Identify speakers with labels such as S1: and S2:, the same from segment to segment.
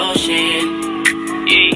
S1: motion. Oh, Yeah.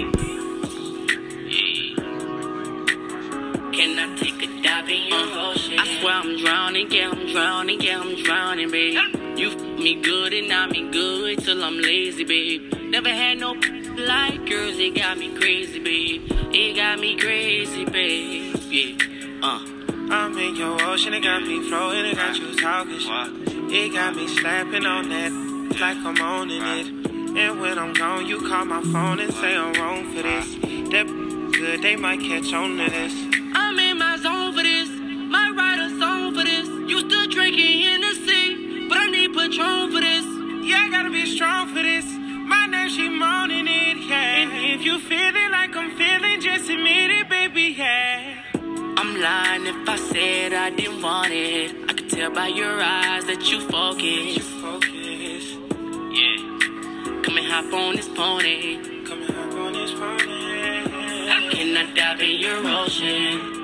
S1: Can I take a dive in your ocean? I swear I'm drowning, yeah, I'm drowning, yeah, I'm drowning, babe. You f- me good and I me good till I'm lazy, babe. Never had no like girls, it got me crazy, babe. It got me crazy, babe. Yeah, uh.
S2: I'm in your ocean, it got me floating, it got you talking shit. It got me slapping on that like I'm owning it. And when I'm gone, you call my phone and say I'm wrong for this. That good, they might catch on to this.
S1: I'm in my zone for this. Might write a song for this. You still drinking Hennessy, but I need Patron for this.
S2: Yeah, I gotta be strong for this. My name, she moaning it, yeah. And if you feeling like I'm feeling, just admit it, baby, yeah.
S1: I'm lying if I said I didn't want it. I could tell by your eyes that you focus.
S2: Focus,
S1: Yeah. Come and hop on this pony.
S2: come and hop on this party.
S1: I cannot dive in your ocean.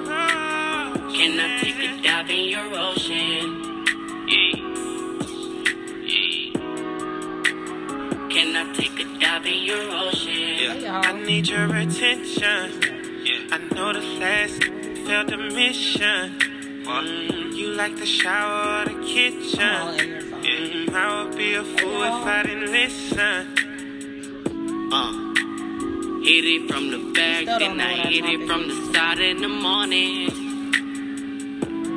S1: Can I take a dive in your ocean? Yeah. Yeah. Can I take a dive in your ocean?
S2: Yeah. I need your attention. I know the last failed the mission. Mm, you like the shower or the kitchen. Mm, I would be a fool if I didn't listen.
S1: Uh. Hit it from the back,
S3: Still don't
S1: then I
S3: know what our
S1: hit it
S3: topic
S1: from
S3: is.
S1: the side in the morning.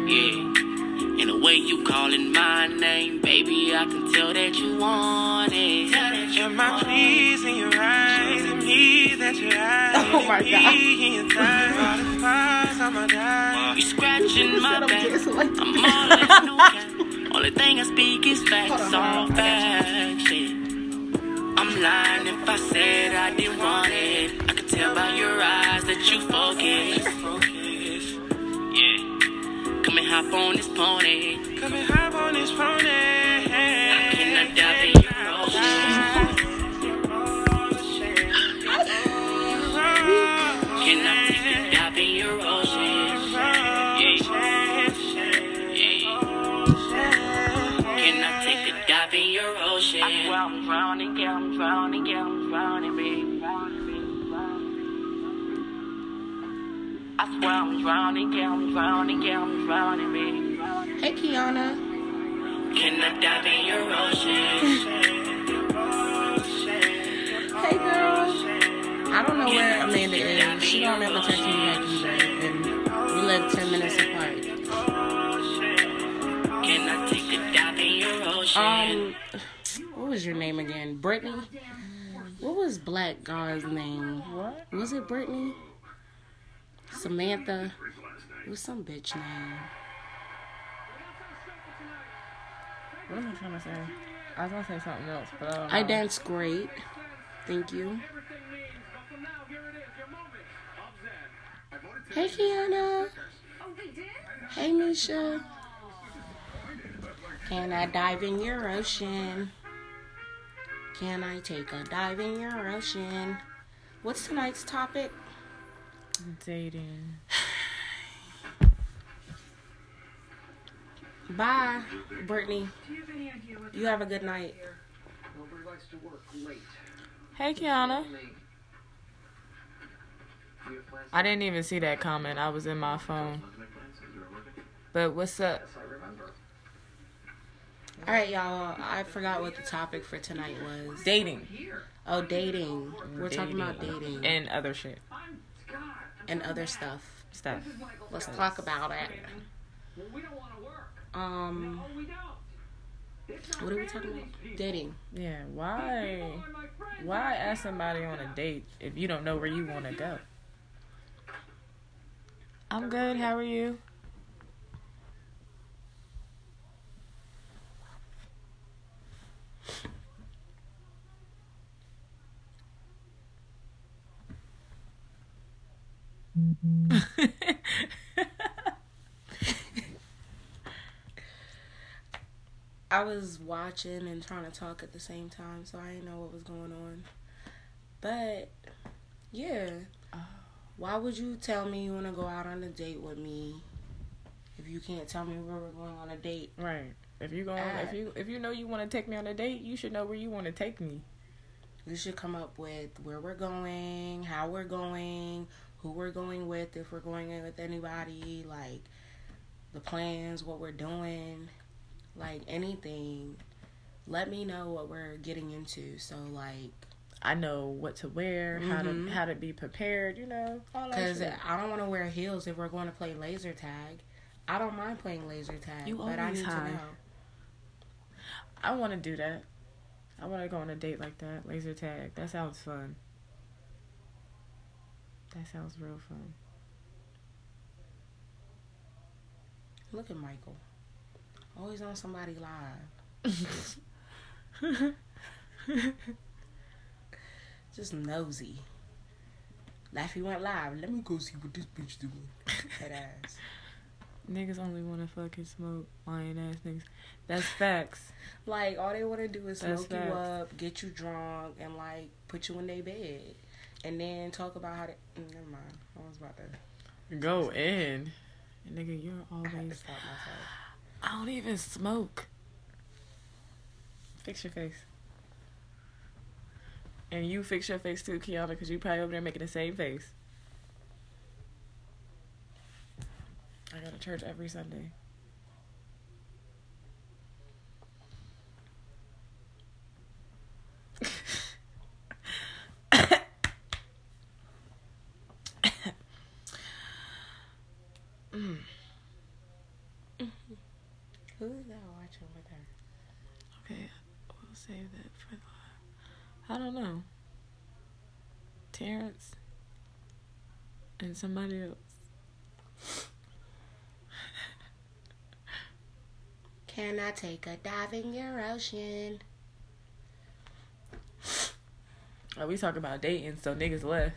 S1: Yeah. And the way you calling my name, baby, I can tell that you want it.
S2: Am I pleasing you right? Is it me that you're right?
S3: Oh my
S2: Is it me in time? All the fires on my
S1: You
S2: dial.
S1: scratching my
S3: Said I'm
S1: back.
S3: dancing like
S1: I'm all in no cap. Only thing I speak is facts,
S3: Hold on,
S1: all
S3: hold on.
S1: facts. yeah. I'm lying if I said I didn't want it. I could tell by your eyes that you focus.
S2: Focus.
S1: Yeah. Come and hop on this pony.
S2: Come and hop on this pony.
S1: Can I dive in your Can I take a dive in your ocean? Can I take a dive in your ocean? I swear I'm drowning, yeah, I'm drowning, yeah, I'm drowning, babe. Drowning, babe, drowning. I swear I'm drowning, yeah, I'm drowning, yeah, I'm drowning, babe. Drowning.
S3: Hey, Kiana.
S1: Can I dive in your ocean?
S3: Hey, girl. I don't know where Amanda is. She don't ever text me back either. And we live 10 minutes apart.
S1: Can I take a dive in your ocean?
S3: Um, what was your name again? Brittany? What was Black God's name? What? Was it Brittany? Samantha? It was some bitch name.
S4: What am I trying to say? I was gonna say something else, but I don't know.
S3: I dance great. Thank you. Hey
S4: Oh,
S3: Kiana. Hey Misha. Can I dive in your ocean? Can I take a dive in your ocean? What's tonight's topic?
S4: Dating.
S3: Bye, Brittany. You have a good night.
S5: Nobody likes to work late.
S4: Hey, Kiana.
S5: You have plans?
S4: I didn't even see that comment. I was in my phone. But what's up?
S5: I remember.
S3: All right, y'all. I forgot what the topic for tonight was.
S4: Dating
S3: Oh, dating. We're talking about dating
S4: and other shit
S3: and other stuff.
S4: stuff.
S3: Let's talk about it. Um, what are we talking about? Dating.
S4: Yeah, why? Why ask somebody on a date if you don't know where you want to go? I'm good. How are you?
S3: I was watching and trying to talk at the same time, so I didn't know what was going on. But yeah, why would you tell me you want to go out on a date with me if you can't tell me where we're going on a date?
S4: right. If you going,
S3: I-
S4: if you if you know you want to take me on a date, you should know where you want to take me.
S3: We should come up with where we're going, how we're going, who we're going with, if we're going in with anybody, like the plans, what we're doing, like anything. Let me know what we're getting into. So like,
S4: I know what to wear, how to
S3: Mhm.
S4: how to be prepared. You know, all that
S3: cause
S4: shit.
S3: I don't want to wear heels if we're going to play laser tag. I don't mind playing laser tag,
S4: You
S3: but I
S4: always
S3: need
S4: high.
S3: to know.
S4: I want to do that. I want to go on a date like that, laser tag. That sounds fun. That sounds real fun.
S3: Look at Michael, always on somebody live, just nosy. Laugh you went live. Let me go see what this bitch doing. That ass.
S4: niggas only want to fucking smoke lying ass niggas. That's facts.
S3: Like all they want to do is
S4: That's
S3: smoke you
S4: facts.
S3: up, get you drunk, and like put you in their bed, and then talk about how to. mm, Never mind. I was about to.
S4: Go in. Nigga, you're
S3: I had to
S4: always.
S3: stop myself.
S4: I don't even smoke. Fix your face. And you fix your face too, Kiana, because you probably over there making the same face. I go to church every Sunday.
S3: Who is that watching with her?
S4: Okay, we'll save that for the. I don't know. Terrence and somebody else.
S3: Can I take a dive in your ocean?
S4: Oh, we talking about dating, so niggas left.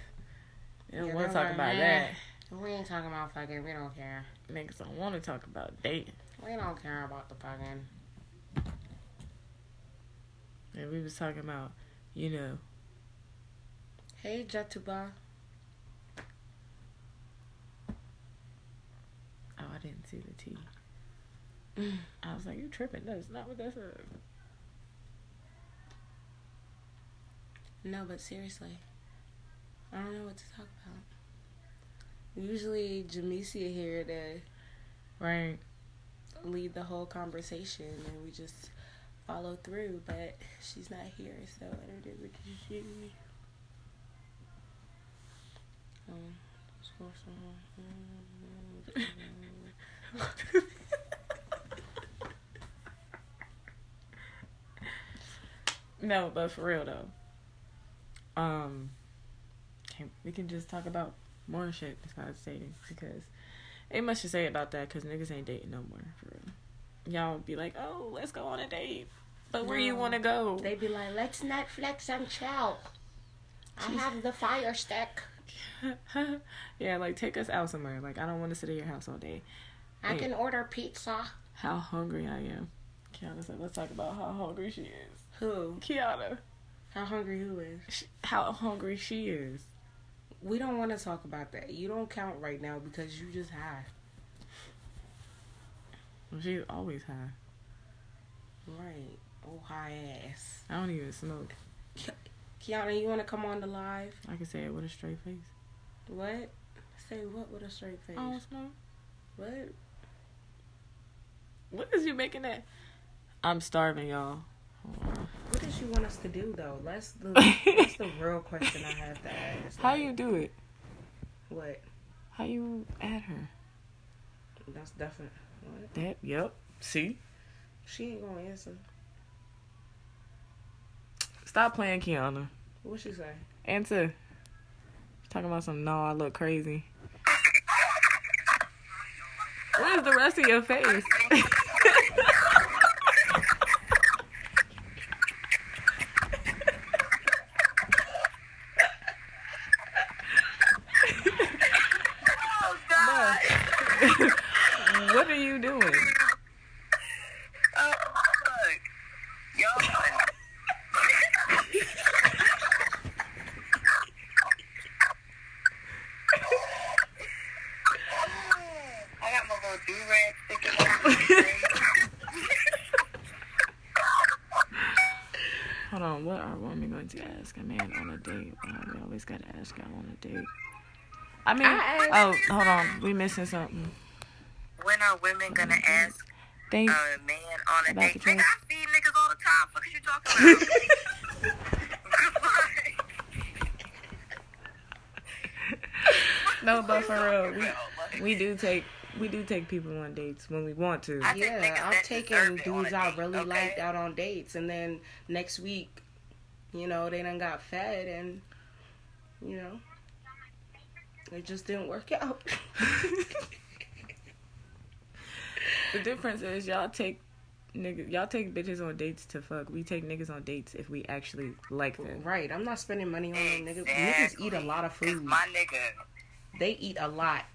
S4: They don't
S3: Yeah,
S4: want
S3: they
S4: to
S3: don't
S4: talk about
S3: wanna
S4: that.
S3: We ain't talking about fucking. We don't care.
S4: Niggas don't want to talk about dating.
S3: We don't care about the fucking.
S4: And we was talking about, you know,
S3: Hey Jatuba.
S4: oh, I didn't see the T. I was like, you tripping? That's not what that said.
S3: No, but seriously, I don't know what to talk about. Usually, Jamesia here to
S4: Right.
S3: lead the whole conversation, and we just follow through. But she's not here, so I don't know what to do. Um, score some-
S4: No, but for real though. Um, can, we can just talk about more shit besides dating because ain't much to say about that because niggas ain't dating no more for real. Y'all be like, oh, let's go on a date, but where you
S3: No.
S4: want to go?
S3: They be like, "Let's not flex on chow. I have the fire stick.
S4: yeah, like take us out somewhere. Like I don't want to sit at your house all day.
S3: I
S4: Yeah.
S3: can order pizza."
S4: How hungry I am. Kiana said, let's talk about how hungry she is.
S3: Who?
S4: Kiana,
S3: How hungry who is?
S4: sh how hungry she is.
S3: We don't want to talk about that. You don't count right now because you just high.
S4: Well, she's always high.
S3: Right. Oh, high ass.
S4: I don't even smoke.
S3: Kiana, you want to come on the live?
S4: I can say it with a straight face.
S3: What? Say what with a straight face?
S4: I don't smoke.
S3: What?
S4: What is you making that? I'm starving, y'all.
S3: What does she want us to do though? That's the that's the real question I have to ask.
S4: How you do it?
S3: What?
S4: How you add her?
S3: That's definite. What?
S4: That, yep. See?
S3: She ain't gonna answer.
S4: Stop playing, Kiana.
S3: What she say?
S4: Answer. She's talking about some, no, I look crazy. Where's the rest of your face? Bruh. what are you doing?
S6: Oh, fuck. Y'all funny. I got my little do-rag sticking out.
S4: Hold on, what are women going to ask a man on a date? Why we always gotta ask y'all on a date. I mean,
S3: I
S4: oh, hold on, we missing something.
S6: When are women gonna ask
S4: Thank.
S6: a man on a
S4: About
S6: date?
S4: the
S6: Nigga,
S4: case.
S6: I feed niggas all the time. What you talking about? Like,
S4: no, but for real, we, we do take we do take people on dates when we want to.
S6: I think niggas
S3: Yeah,
S6: that
S3: I've
S6: deserve
S3: taken
S6: it on a
S3: dudes I
S6: date,
S3: really
S6: okay?
S3: liked out on dates, and then next week, you know, they done got fed, and you know, it just didn't work out.
S4: The difference is y'all take niggas, y'all take bitches on dates to fuck. We take niggas on dates if we actually like them.
S3: right? I'm not spending money on them niggas. Niggas
S6: Exactly.
S3: eat a lot of
S6: 'Cause
S3: food.
S6: My nigga,
S3: They eat a lot.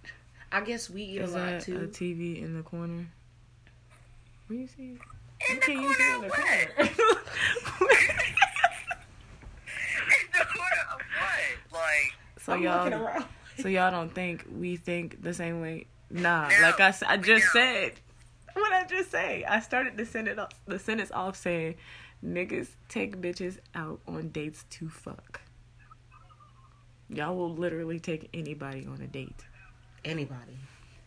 S3: I guess we eat
S4: Is
S3: a lot
S4: that a
S3: too.
S4: TV in the corner? Where you see?
S6: in the corner of what? In the corner of what? Like,
S4: so
S3: I'm looking
S4: y'all,
S3: around.
S4: so y'all don't think we think the same way? Nah,
S6: No,
S4: like I, s- I just
S6: don't.
S4: said. What I just say? I started the sentence off, the sentence off saying, "Niggas take bitches out on dates to fuck." Y'all will literally take anybody on a date.
S3: Anybody.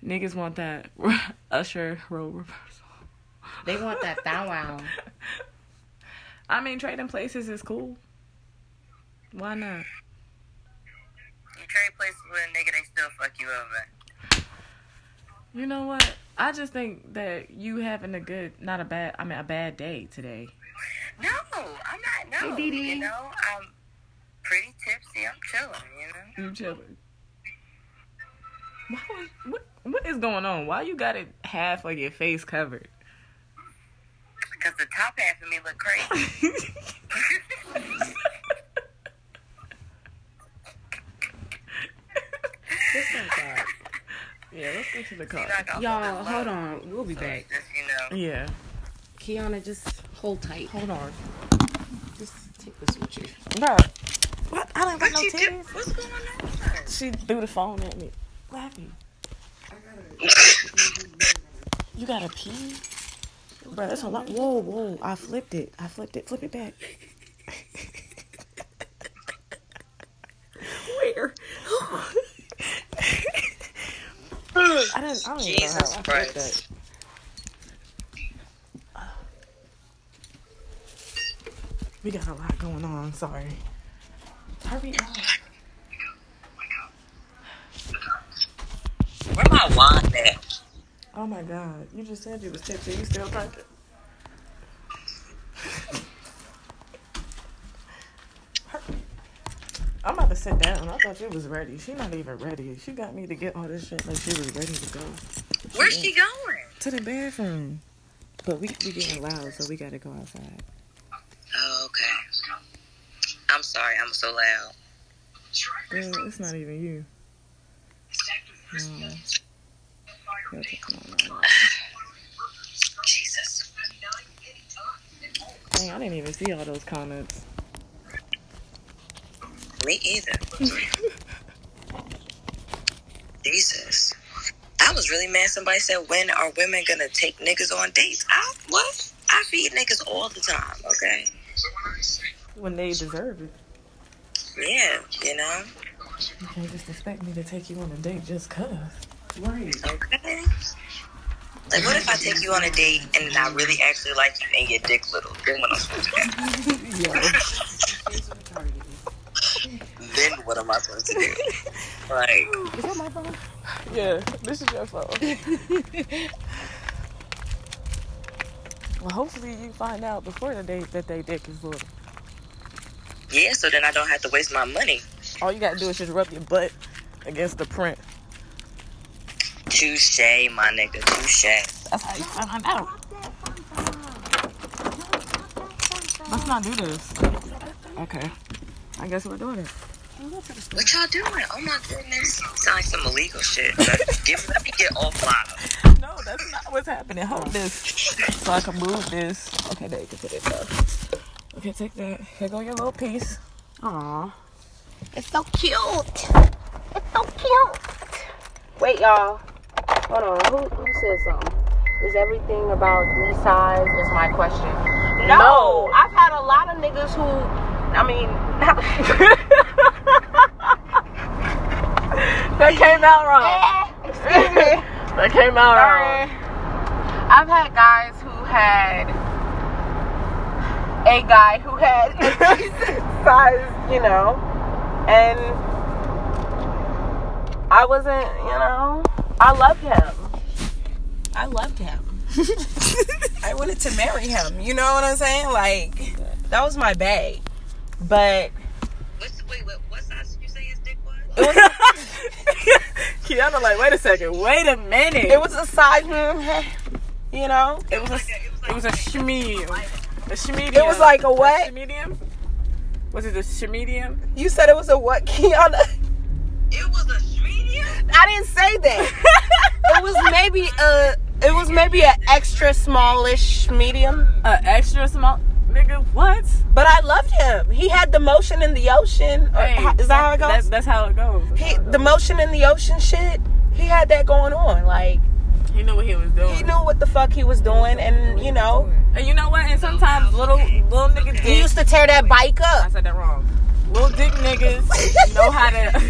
S4: Niggas want that Usher role reversal.
S3: They want that thou wow.
S4: I mean, trading places is cool. Why not?
S6: you trade places with a nigga, they still fuck you over.
S4: You know what? I just think that you having a good, not a bad, I mean, a bad day today.
S6: No, I'm not. No,
S3: Hey, Dee Dee.
S6: you know, I'm pretty tipsy. I'm chilling. You know,
S4: You chilling. Why was, what, what is going on? Why you got it half of your face covered?
S6: because the top half of me look crazy.
S4: yeah, let's go to the car.
S6: Like, I'm
S3: Y'all,
S6: just low.
S3: hold on. We'll be back.
S6: Just you know,
S4: Yeah,
S3: Kiana, just hold tight.
S4: hold on.
S3: Just take this with you.
S4: Bro, what? I don't got no
S6: What you do-
S4: tears.
S6: What's going on?
S4: She threw the phone at me. Laughing. You gotta pee? Bro, that's a lot. Whoa, whoa. I flipped it. I flipped it. Flip it back. Where? I didn't. I don't even know
S6: Jesus
S4: how I flipped that.
S6: Christ.
S4: We got a lot going on. Sorry. Hurry up.
S6: Where my wand at?
S4: Oh my god. You just said you was tipsy. You still drunk it. I'm about to sit down. I thought you was ready. She not even ready. She got me to get all this shit like she was ready to go
S6: Where's she going?
S4: to the bathroom. But we we getting loud, so we gotta go outside.
S6: Oh, okay. I'm sorry. I'm so loud.
S4: Girl, it's not even you. No. Girl, no, no, no.
S6: Jesus.
S4: Dang, I didn't even see all those comments.
S6: Me either. Jesus. I was really mad somebody said, When are women gonna take niggas on dates? I what? I feed niggas all the time, okay?
S4: When they deserve it.
S6: Yeah, you know?
S4: You can't just expect me to take you on a date just cuz.
S3: Right.
S6: Okay. Like what if I take you on a date and I really actually like you and your dick little? Then what I'm supposed to do? Then what am I supposed to do? Like
S4: Yeah, this is your fault. well, hopefully you find out before the date that they dick is little.
S6: Yeah, so then I don't have to waste my money.
S4: All you gotta do is just rub your butt against the print.
S6: Touche, my nigga, touche.
S4: That's how you find out. Let's not do this. Okay. I guess we're doing it.
S6: What y'all doing? Oh my goodness. Sound like some illegal shit. Let, give, let me get offline.
S4: No, that's not what's happening. Hold this. So I can move this. Okay, there you can put it up. Okay, take that. Here go your little piece.
S3: Aw.
S7: It's so cute. It's so cute.
S3: Wait, y'all. Hold on. Who, who said something? Is everything about these size? Is my question. No, I've had a lot of niggas who I mean, not
S4: That came out wrong.
S3: Eh, excuse me.
S4: That came out
S3: Sorry.
S4: wrong.
S3: I've had guys who had a guy who had a decent size, you know, and I wasn't, you know, I loved him. I loved him. I wanted to marry him. You know what I'm saying? Like that was my bae, but
S6: What's, wait, what, what size did you say his dick was?
S4: Kiana, like, wait a second, wait a minute.
S3: it was a side, hmm, you know.
S4: it was a,
S6: it was like
S4: it was a shmedium. A shmedium.
S3: It was like a what?
S4: Shmedium? Was it a shmedium?
S3: You said it was a what, Kiana?
S6: It was a shmedium?
S3: I didn't say that. it was maybe a. It was maybe an extra smallish medium.
S4: A extra small nigga. What?
S3: But I loved him. He had the motion in the ocean. Or
S4: Hey,
S3: ho- is that how it
S4: That's,
S3: goes?
S4: that's how it goes. That's
S3: He,
S4: how it
S3: the motion in the ocean shit. He had that going on. Like
S4: goes. he knew what he was doing.
S3: he knew what the fuck he was doing, and you know
S4: And you know what? And sometimes little little nigga
S3: he
S4: dick.
S3: used to tear that bike
S4: I
S3: up.
S4: said that wrong. Little dick niggas know how to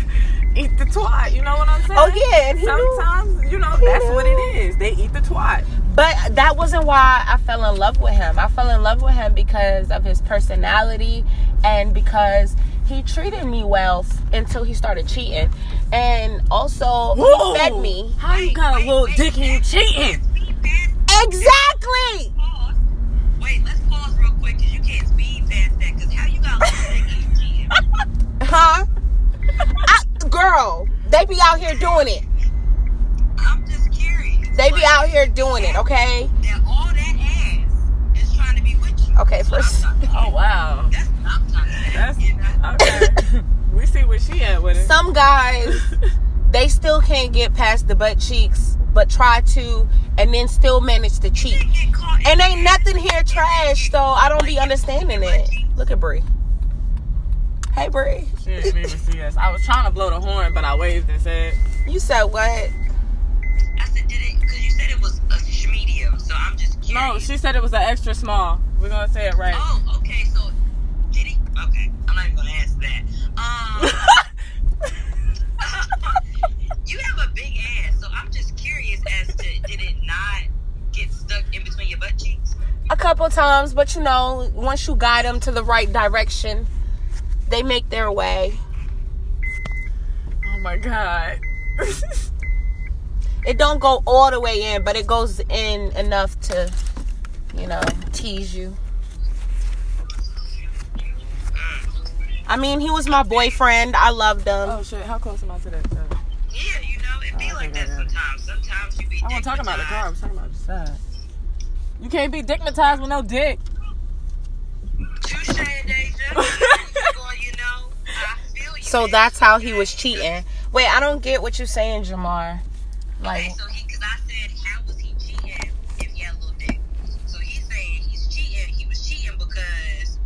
S4: eat the twat. You know what I'm saying?
S3: Oh yeah, and he knew.
S4: Sometimes you know that's what it is. They eat the twat.
S3: But that wasn't why I fell in love with him. I fell in love with him because of his personality and because he treated me well s- until he started cheating. And also,
S4: Whoa.
S3: he fed me.
S4: How you got a little Oh, dick and you cheating?
S6: Speed past,
S3: Exactly!
S6: pause. Wait, let's pause real quick because you can't speed past that because how you got a little dick and you cheating?
S3: Huh? I, girl, they be out here doing it.
S6: I'm just curious.
S3: They be out here doing it, okay?
S6: That all that ass is trying to be with you.
S3: Okay, first.
S4: Oh wow.
S6: That's what I'm trying to say.
S4: That's uh,
S6: you know?
S4: okay. we see where she at with it.
S3: Some guys, they still can't get past the butt cheeks, but try to, and then still manage to cheat.
S6: Get caught in
S3: And ain't nothing here trash, so I don't be understanding it. Look at Bree. Hey Bree,
S4: She didn't even see us. I was trying to blow the horn, but I waved and said,
S3: you said what?
S6: I said, did it? Because you said it was a shmedium, so I'm just curious.
S4: "No." She said it was an extra small. We're gonna say it right.
S6: Oh, okay. So, did he? Okay, I'm not even gonna ask that. Um, you have a big ass, so I'm just curious as to did it not get stuck in between your butt cheeks?
S3: A couple times, but you know, once you guide them to the right direction, they make their way.
S4: Oh my god.
S3: It don't go all the way in, but it goes in enough to, you know, tease you. I mean, he was my boyfriend. I loved him.
S4: oh shit! How close am I to that? Side?
S6: Yeah, you know, it be
S4: Oh,
S6: like
S4: okay,
S6: that
S4: yeah.
S6: sometimes. Sometimes you be.
S4: I want to talk about the
S6: digmatized.
S4: car. I'm talking about the side. You can't be dignitized with no dick.
S6: Touche, Deja. Well, you know, I feel you.
S3: So
S6: man.
S3: that's how he was cheating. Wait, I don't get what you're saying, Jamar. Like,
S6: Okay, so he, because I said, how was he cheating if he had a little dick? So he's saying he's cheating. He was cheating because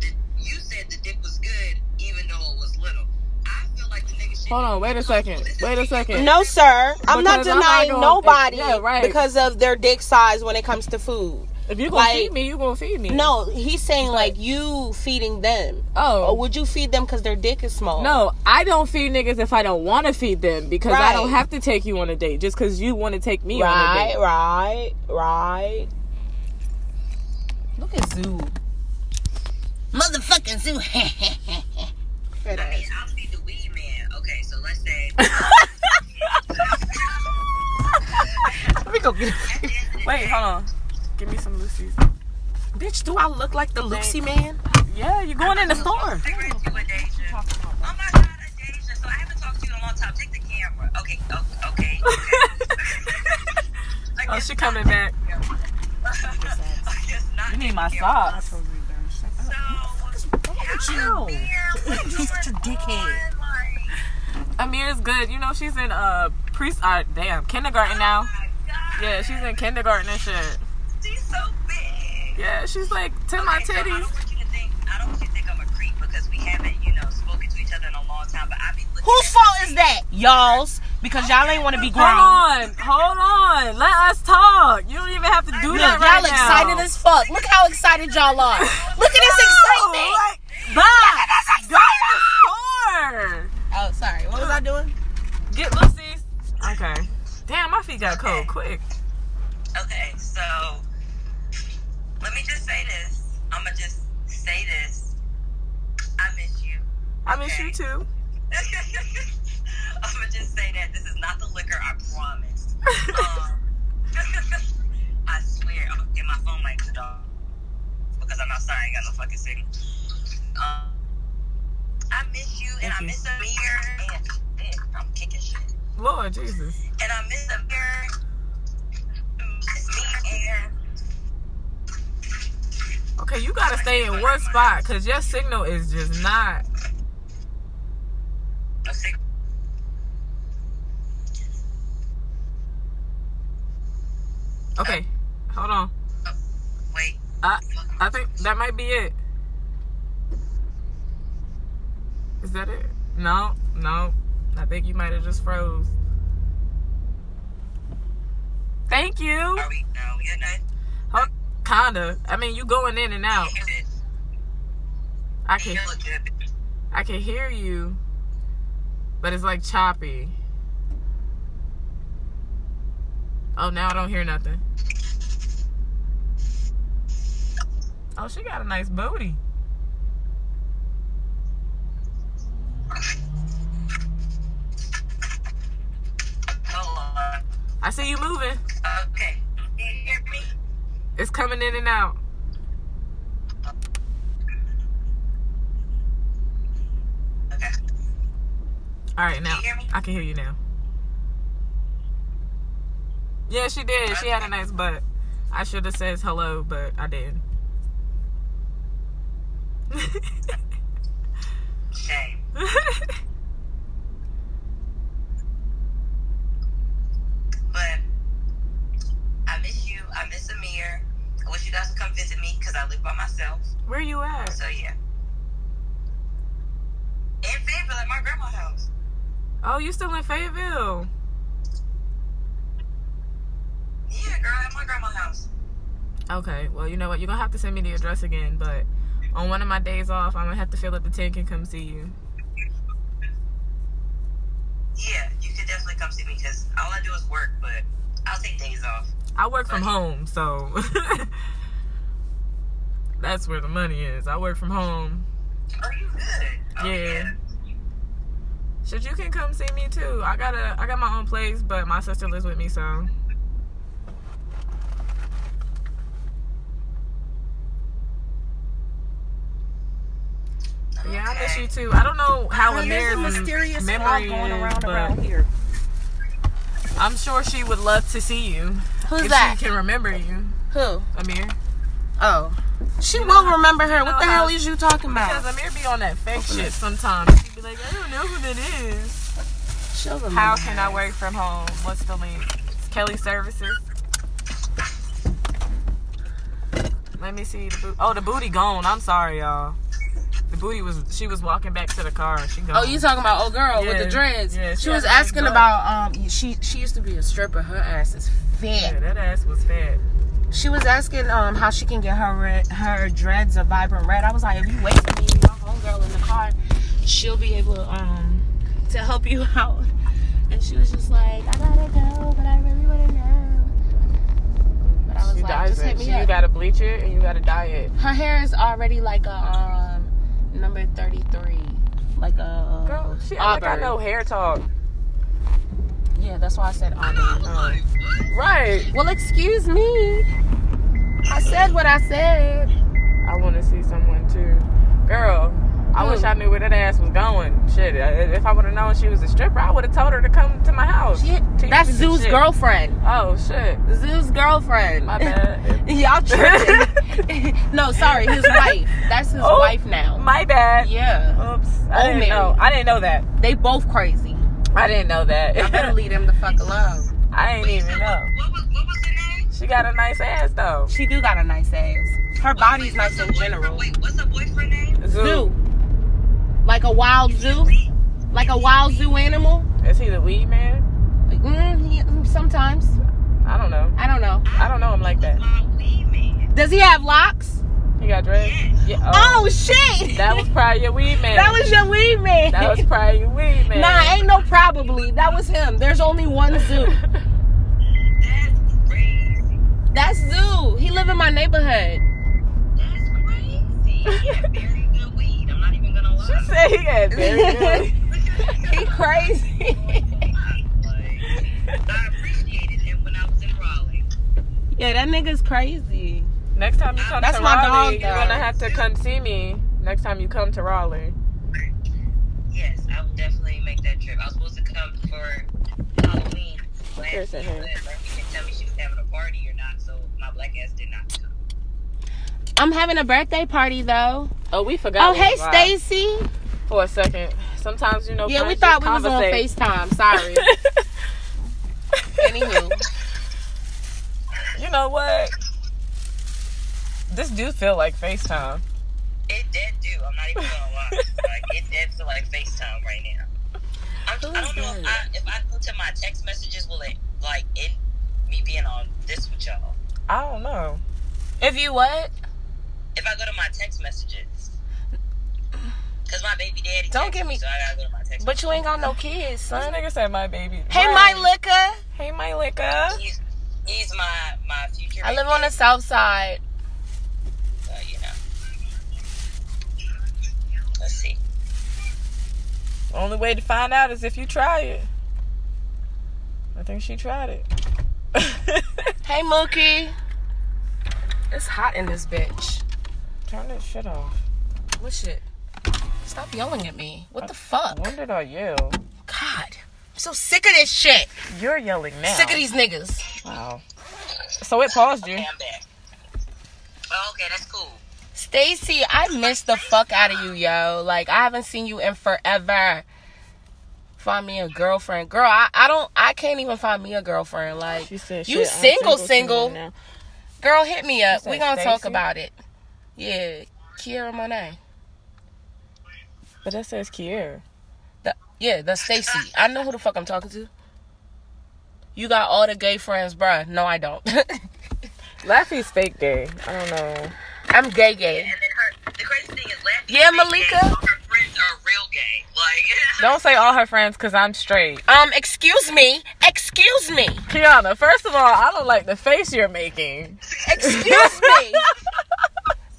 S6: the, you said the dick was good, even though it was little. I feel like the nigga should.
S4: Hold on. Oh, Wait a second. Wait a second.
S3: No, sir. I'm not
S4: Because I'm
S3: denying
S4: not gonna-
S3: nobody
S4: Yeah, right.
S3: because of their dick size when it comes to food.
S4: If you gonna
S3: Like-
S4: feed me, you gonna feed me.
S3: No, he's saying like you feeding them.
S4: Oh.
S3: Or would you feed them because their dick is small?
S4: No, I don't feed niggas if I don't want to feed them because I
S3: Right.
S4: don't have to take you on a date just because you want to take me on a
S3: Right,
S4: date.
S3: right, right. Look at Zoo. Motherfucking Zoo. Fat
S6: I mean,
S3: ass.
S6: I'll be the weed man. Okay, so let's say.
S3: We go get
S4: Wait, hold on. Give me some Lucy's.
S3: Bitch, do I look like the Lucy man?
S4: Yeah, you're going in the store.
S6: I read you a Deja. Oh my god, a Deja. So I haven't talked to you in a long time. Take the camera. Okay, o- okay. I
S4: Oh,
S6: guess
S4: she
S6: not
S4: coming
S6: take
S4: back.
S6: the camera. I guess not
S4: You
S6: take
S4: need
S6: the
S4: my
S6: camera.
S4: socks.
S6: So,
S3: you? You're such a dickhead.
S4: Amir's good. You know she's in uh pre uh, damn
S6: Oh
S4: kindergarten now. Yeah, she's in kindergarten and shit.
S6: She's so big.
S4: Yeah, she's like to my
S6: Okay, so I
S4: titties.
S6: don't want you to think. I don't want you to think I'm a creep because we haven't, you know, spoken to each other in a long time. But I be looking.
S3: Whose fault is that? Y'all's. Because y'all ain't want to be grown.
S4: Hold on, hold on. Let us talk. You don't even have to do
S3: Look,
S4: that
S3: y'all
S4: right now.
S3: excited as fuck. Look how excited y'all are. Look at this
S4: No,
S3: excitement.
S4: like,
S3: Bye.
S8: Oh, miss you too.
S6: I'm gonna just say that this is not the liquor I promised. um, I swear, oh, and my phone might cut off because I'm outside. I ain't got no fucking signal. Um, I miss you, and I miss Amir. And shit, I'm kicking shit.
S4: Lord Jesus.
S6: And I miss Amir. Miss me, and
S4: Okay, you gotta stay in one spot because your signal is just not.
S6: a sick.
S4: Okay, hold on.
S6: Wait,
S4: I I think that might be it. Is that it? No, no. I think you might have just froze. Thank you.
S6: are we? No, you're not.
S4: Huh, Kinda. I mean, you going in and out.
S6: You did.
S4: I can
S6: You look good. bitch.
S4: I can hear you, but it's like choppy. Oh, now I don't hear nothing. Oh, she got a nice booty.
S6: Hold on.
S4: I see you moving.
S6: Okay. You hear me?
S4: It's coming in and out.
S6: Okay.
S4: All right, now
S6: you hear me?
S4: I can hear you now. Yeah, she did. She had a nice butt. I should have said hello, but I didn't.
S6: Shame. But I miss you. I miss Amir. I wish you guys would come visit me because I live by myself.
S4: Where you at?
S6: So yeah. In Fayetteville at my grandma's house.
S4: Oh, you still in Fayetteville?
S6: Yeah, girl, at my grandma's house.
S4: Okay. Well, you know what? You're gonna have to send me the address again, but on one of my days off, I'm gonna have to fill up the tank and come see you.
S6: Yeah, you could definitely come see me because all I do is work, but I'll take days off.
S4: I work from home, so that's where the money is. I work from home.
S6: Oh, you good? Oh,
S4: Yeah. Should you can come see me too. I got to I got my own place, but my sister lives with me, so yeah, I miss you too. I don't know how
S3: There's a
S4: Amira's
S3: mysterious frog
S4: memory
S3: going
S4: is,
S3: around
S4: but
S3: around here.
S4: I'm sure she would love to see you
S8: Who's
S4: if
S8: that?
S4: she can remember you,
S8: Who?
S4: Amir.
S8: Oh, she will remember her. What the
S4: know
S8: hell
S4: how-
S8: is you talking
S4: Because
S8: about?
S4: Amir be on that fake shit sometimes. She be like, I don't know who that is.
S8: She'll remember.
S4: How can I work from home? What's the link? Kelly Services. Let me see the booty. Oh, the booty gone. I'm sorry, y'all. The booty was. She was walking back to the car. She gone.
S8: Oh, you talking about old girl with
S4: Yeah,
S8: the dreads?
S4: yeah, she
S8: she, was
S4: had dreads
S8: asking
S4: done.
S8: about um. She she used to be a stripper. Her ass is fat.
S4: Yeah, that ass was fat.
S8: She was asking um how she can get her red, her dreads a vibrant red. I was like, if you wait for me, my homegirl in the car, she'll be able um to help you out. And she was just like, I gotta go, but I really wanna know. But I was
S4: She
S8: like,
S4: dyes
S8: just hit
S4: it.
S8: me
S4: She- You
S8: up.
S4: gotta bleach it and you gotta dye it.
S8: her hair is already like a um number thirty three, like uh, a
S4: Girl, she act like I
S8: auburn.
S4: know hair talk.
S8: Yeah, that's why I said auburn.
S4: Right.
S8: Well, excuse me. I said what I said.
S4: I want to see someone too. Girl, I
S8: Who?
S4: wish I knew where that ass was going. Shit, I- if I would have known she was a stripper, I would have told her to come to my house.
S8: She,
S4: Teach
S8: that's
S4: me some
S8: Zeus'
S4: shit.
S8: girlfriend.
S4: Oh, shit.
S8: Zeus' girlfriend.
S4: My bad.
S8: Y'all tripping. no, sorry, his wife. That's his
S4: Oh.
S8: wife now.
S4: My bad.
S8: Yeah,
S4: Oops. I
S8: Oh,
S4: didn't
S8: Mary.
S4: know. I didn't know that.
S8: they both crazy.
S4: I didn't know
S8: I better
S4: that.
S8: leave them the fuck alone.
S4: I didn't even know.
S6: What was what was the name?
S4: She got a nice ass, though.
S8: She do got a nice ass. Her body's
S6: Wait, what's
S8: nice
S6: her
S8: in general.
S6: boyfriend- Wait, what's her boyfriend name?
S8: Zoo, like a wild zoo, like a wild zoo animal.
S4: Is he the weed man?
S8: Like, mm, he, mm, sometimes
S4: I don't know.
S8: I don't know.
S4: I don't know him like that.
S6: My wee man.
S8: Does he have locks?
S4: He got dreads? Yeah. Oh,
S8: Oh shit!
S4: that was probably your weed man.
S8: that was your weed man.
S4: That was probably your weed man.
S8: Nah, ain't no probably. That was him. There's only one zoo.
S6: That's crazy.
S8: That's Zoo. He live in my neighborhood.
S6: That's crazy. He had very good weed. I'm not even gonna lie.
S4: She said he got very good.
S8: he crazy.
S6: Like, I appreciated him when I was in Raleigh.
S8: yeah, that nigga's crazy.
S4: Next time you come
S8: That's
S4: to
S8: my dog,
S4: Raleigh, you're
S8: though.
S4: gonna have to come see me. Next time you come to Raleigh.
S6: Yes, I will definitely make that trip. I was supposed to come for Halloween last year,
S4: Here's
S6: but
S4: a hand.
S6: Lurky didn't tell me she was having a party or not, so my black ass did not come.
S8: I'm having a birthday party though.
S4: Oh, we forgot.
S8: oh,
S4: we
S8: hey
S4: was live
S8: Stacy.
S4: For a second, sometimes you know.
S8: Yeah, we
S4: friends
S8: thought we
S4: just
S8: was on
S4: conversate.
S8: FaceTime. Sorry. Anywho.
S4: you know what? This do feel like FaceTime.
S6: It did do. I'm not even gonna lie. like it did feel like FaceTime right now. I'm, I don't know if I, if I go to my text messages, will it like end me being on this with y'all?
S4: I don't know.
S8: If you what?
S6: If I go to my text messages, because my baby daddy.
S8: Don't
S6: texted
S8: give me-
S6: So I gotta go to my text.
S8: But you ain't got no kids,
S4: This
S8: son.
S4: nigga said my baby.
S8: Hey, my
S4: Right.
S8: liquor.
S4: Hey, my liquor.
S6: He's, he's my my future.
S8: I live on the south side.
S6: So, you know. Let's see.
S4: Only way to find out is if you try it. I think she tried it.
S8: Hey, Mookie. It's hot in this bitch.
S4: Turn that shit off.
S8: What shit? Stop yelling at me. What the fuck?
S4: When did I yell?
S8: God. I'm so sick of this shit.
S4: You're yelling now.
S8: Sick of these niggas.
S4: Wow. So it paused you.
S6: Okay, I'm back. Oh, okay, that's cool.
S8: Stacy, I miss the fuck out of you, yo. Like, I haven't seen you in forever. Find me a girlfriend. Girl, I, I don't, I can't even find me a girlfriend. Like,
S4: She said,
S8: you
S4: shit, I'm
S8: single, single.
S4: now.
S8: Girl, hit me up.
S4: said
S8: we gonna talk
S4: Stacey?
S8: about it. Yeah, Kiera Monet.
S4: But that says Kier.
S8: The, yeah, that's Stacy. I know who the fuck I'm talking to. You got all the gay friends, bruh. No, I don't.
S4: Laffy's fake gay. I don't know.
S8: I'm gay gay.
S6: And then her, the crazy thing is, Laffy
S8: Yeah,
S6: is fake gay,
S8: Malika?
S6: so her friends are real gay. Like,
S4: Don't say all her friends because I'm straight.
S8: Um, excuse me. Excuse me.
S4: Kiana, first of all, I don't like the face you're making.
S8: Excuse me.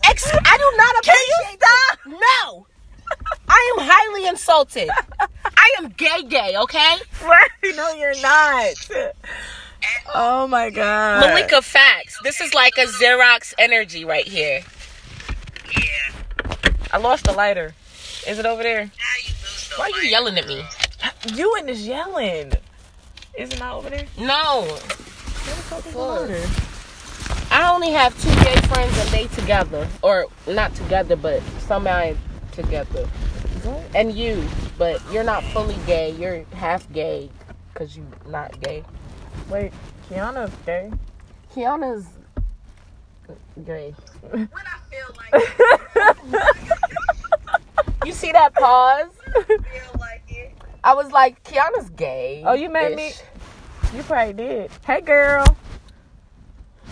S8: Ex- I do not appreciate that. No. I am highly insulted. I am gay gay, okay?
S4: Laffy, no, you're not. Oh my god.
S8: Malika facts. This is like a Xerox energy right here.
S6: yeah.
S4: I lost the lighter. Is it over there?
S6: How you lose the
S8: Why are you yelling at me?
S4: You and this yelling. Is it not over there?
S8: No.
S4: Where the fuck is the lighter?
S8: I only have two gay friends and they together. Or not together, but somehow together. And you, but you're not fully gay. You're half gay because you're not gay.
S4: Wait, Kiana's gay.
S8: Kiana's gay.
S6: When I feel like it,
S8: You see that pause?
S6: feel like it.
S8: I was like, Kiana's gay.
S4: Oh, you made me. You probably did. Hey, girl.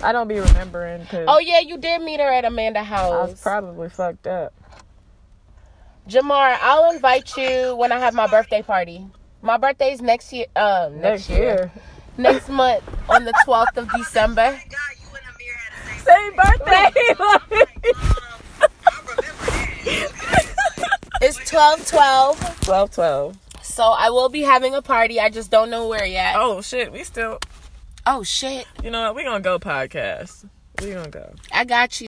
S4: I don't be remembering because
S8: Oh, yeah, you did meet her at Amanda
S4: I was
S8: House.
S4: probably fucked up.
S8: Jamar, I'll invite you when I have my birthday party. My birthday's next year. Uh,
S4: Next year.
S8: Next month on the 12th of December.
S6: God, you and Amir had the
S4: Same
S6: same.
S4: birthday.
S6: Um, I remember that.
S8: It's 12 12.
S4: 12 12.
S8: So I will be having a party. I just don't know where yet.
S4: Oh, shit. We still.
S8: oh shit.
S4: You know what? we going to go podcast. we going to go.
S8: I got you.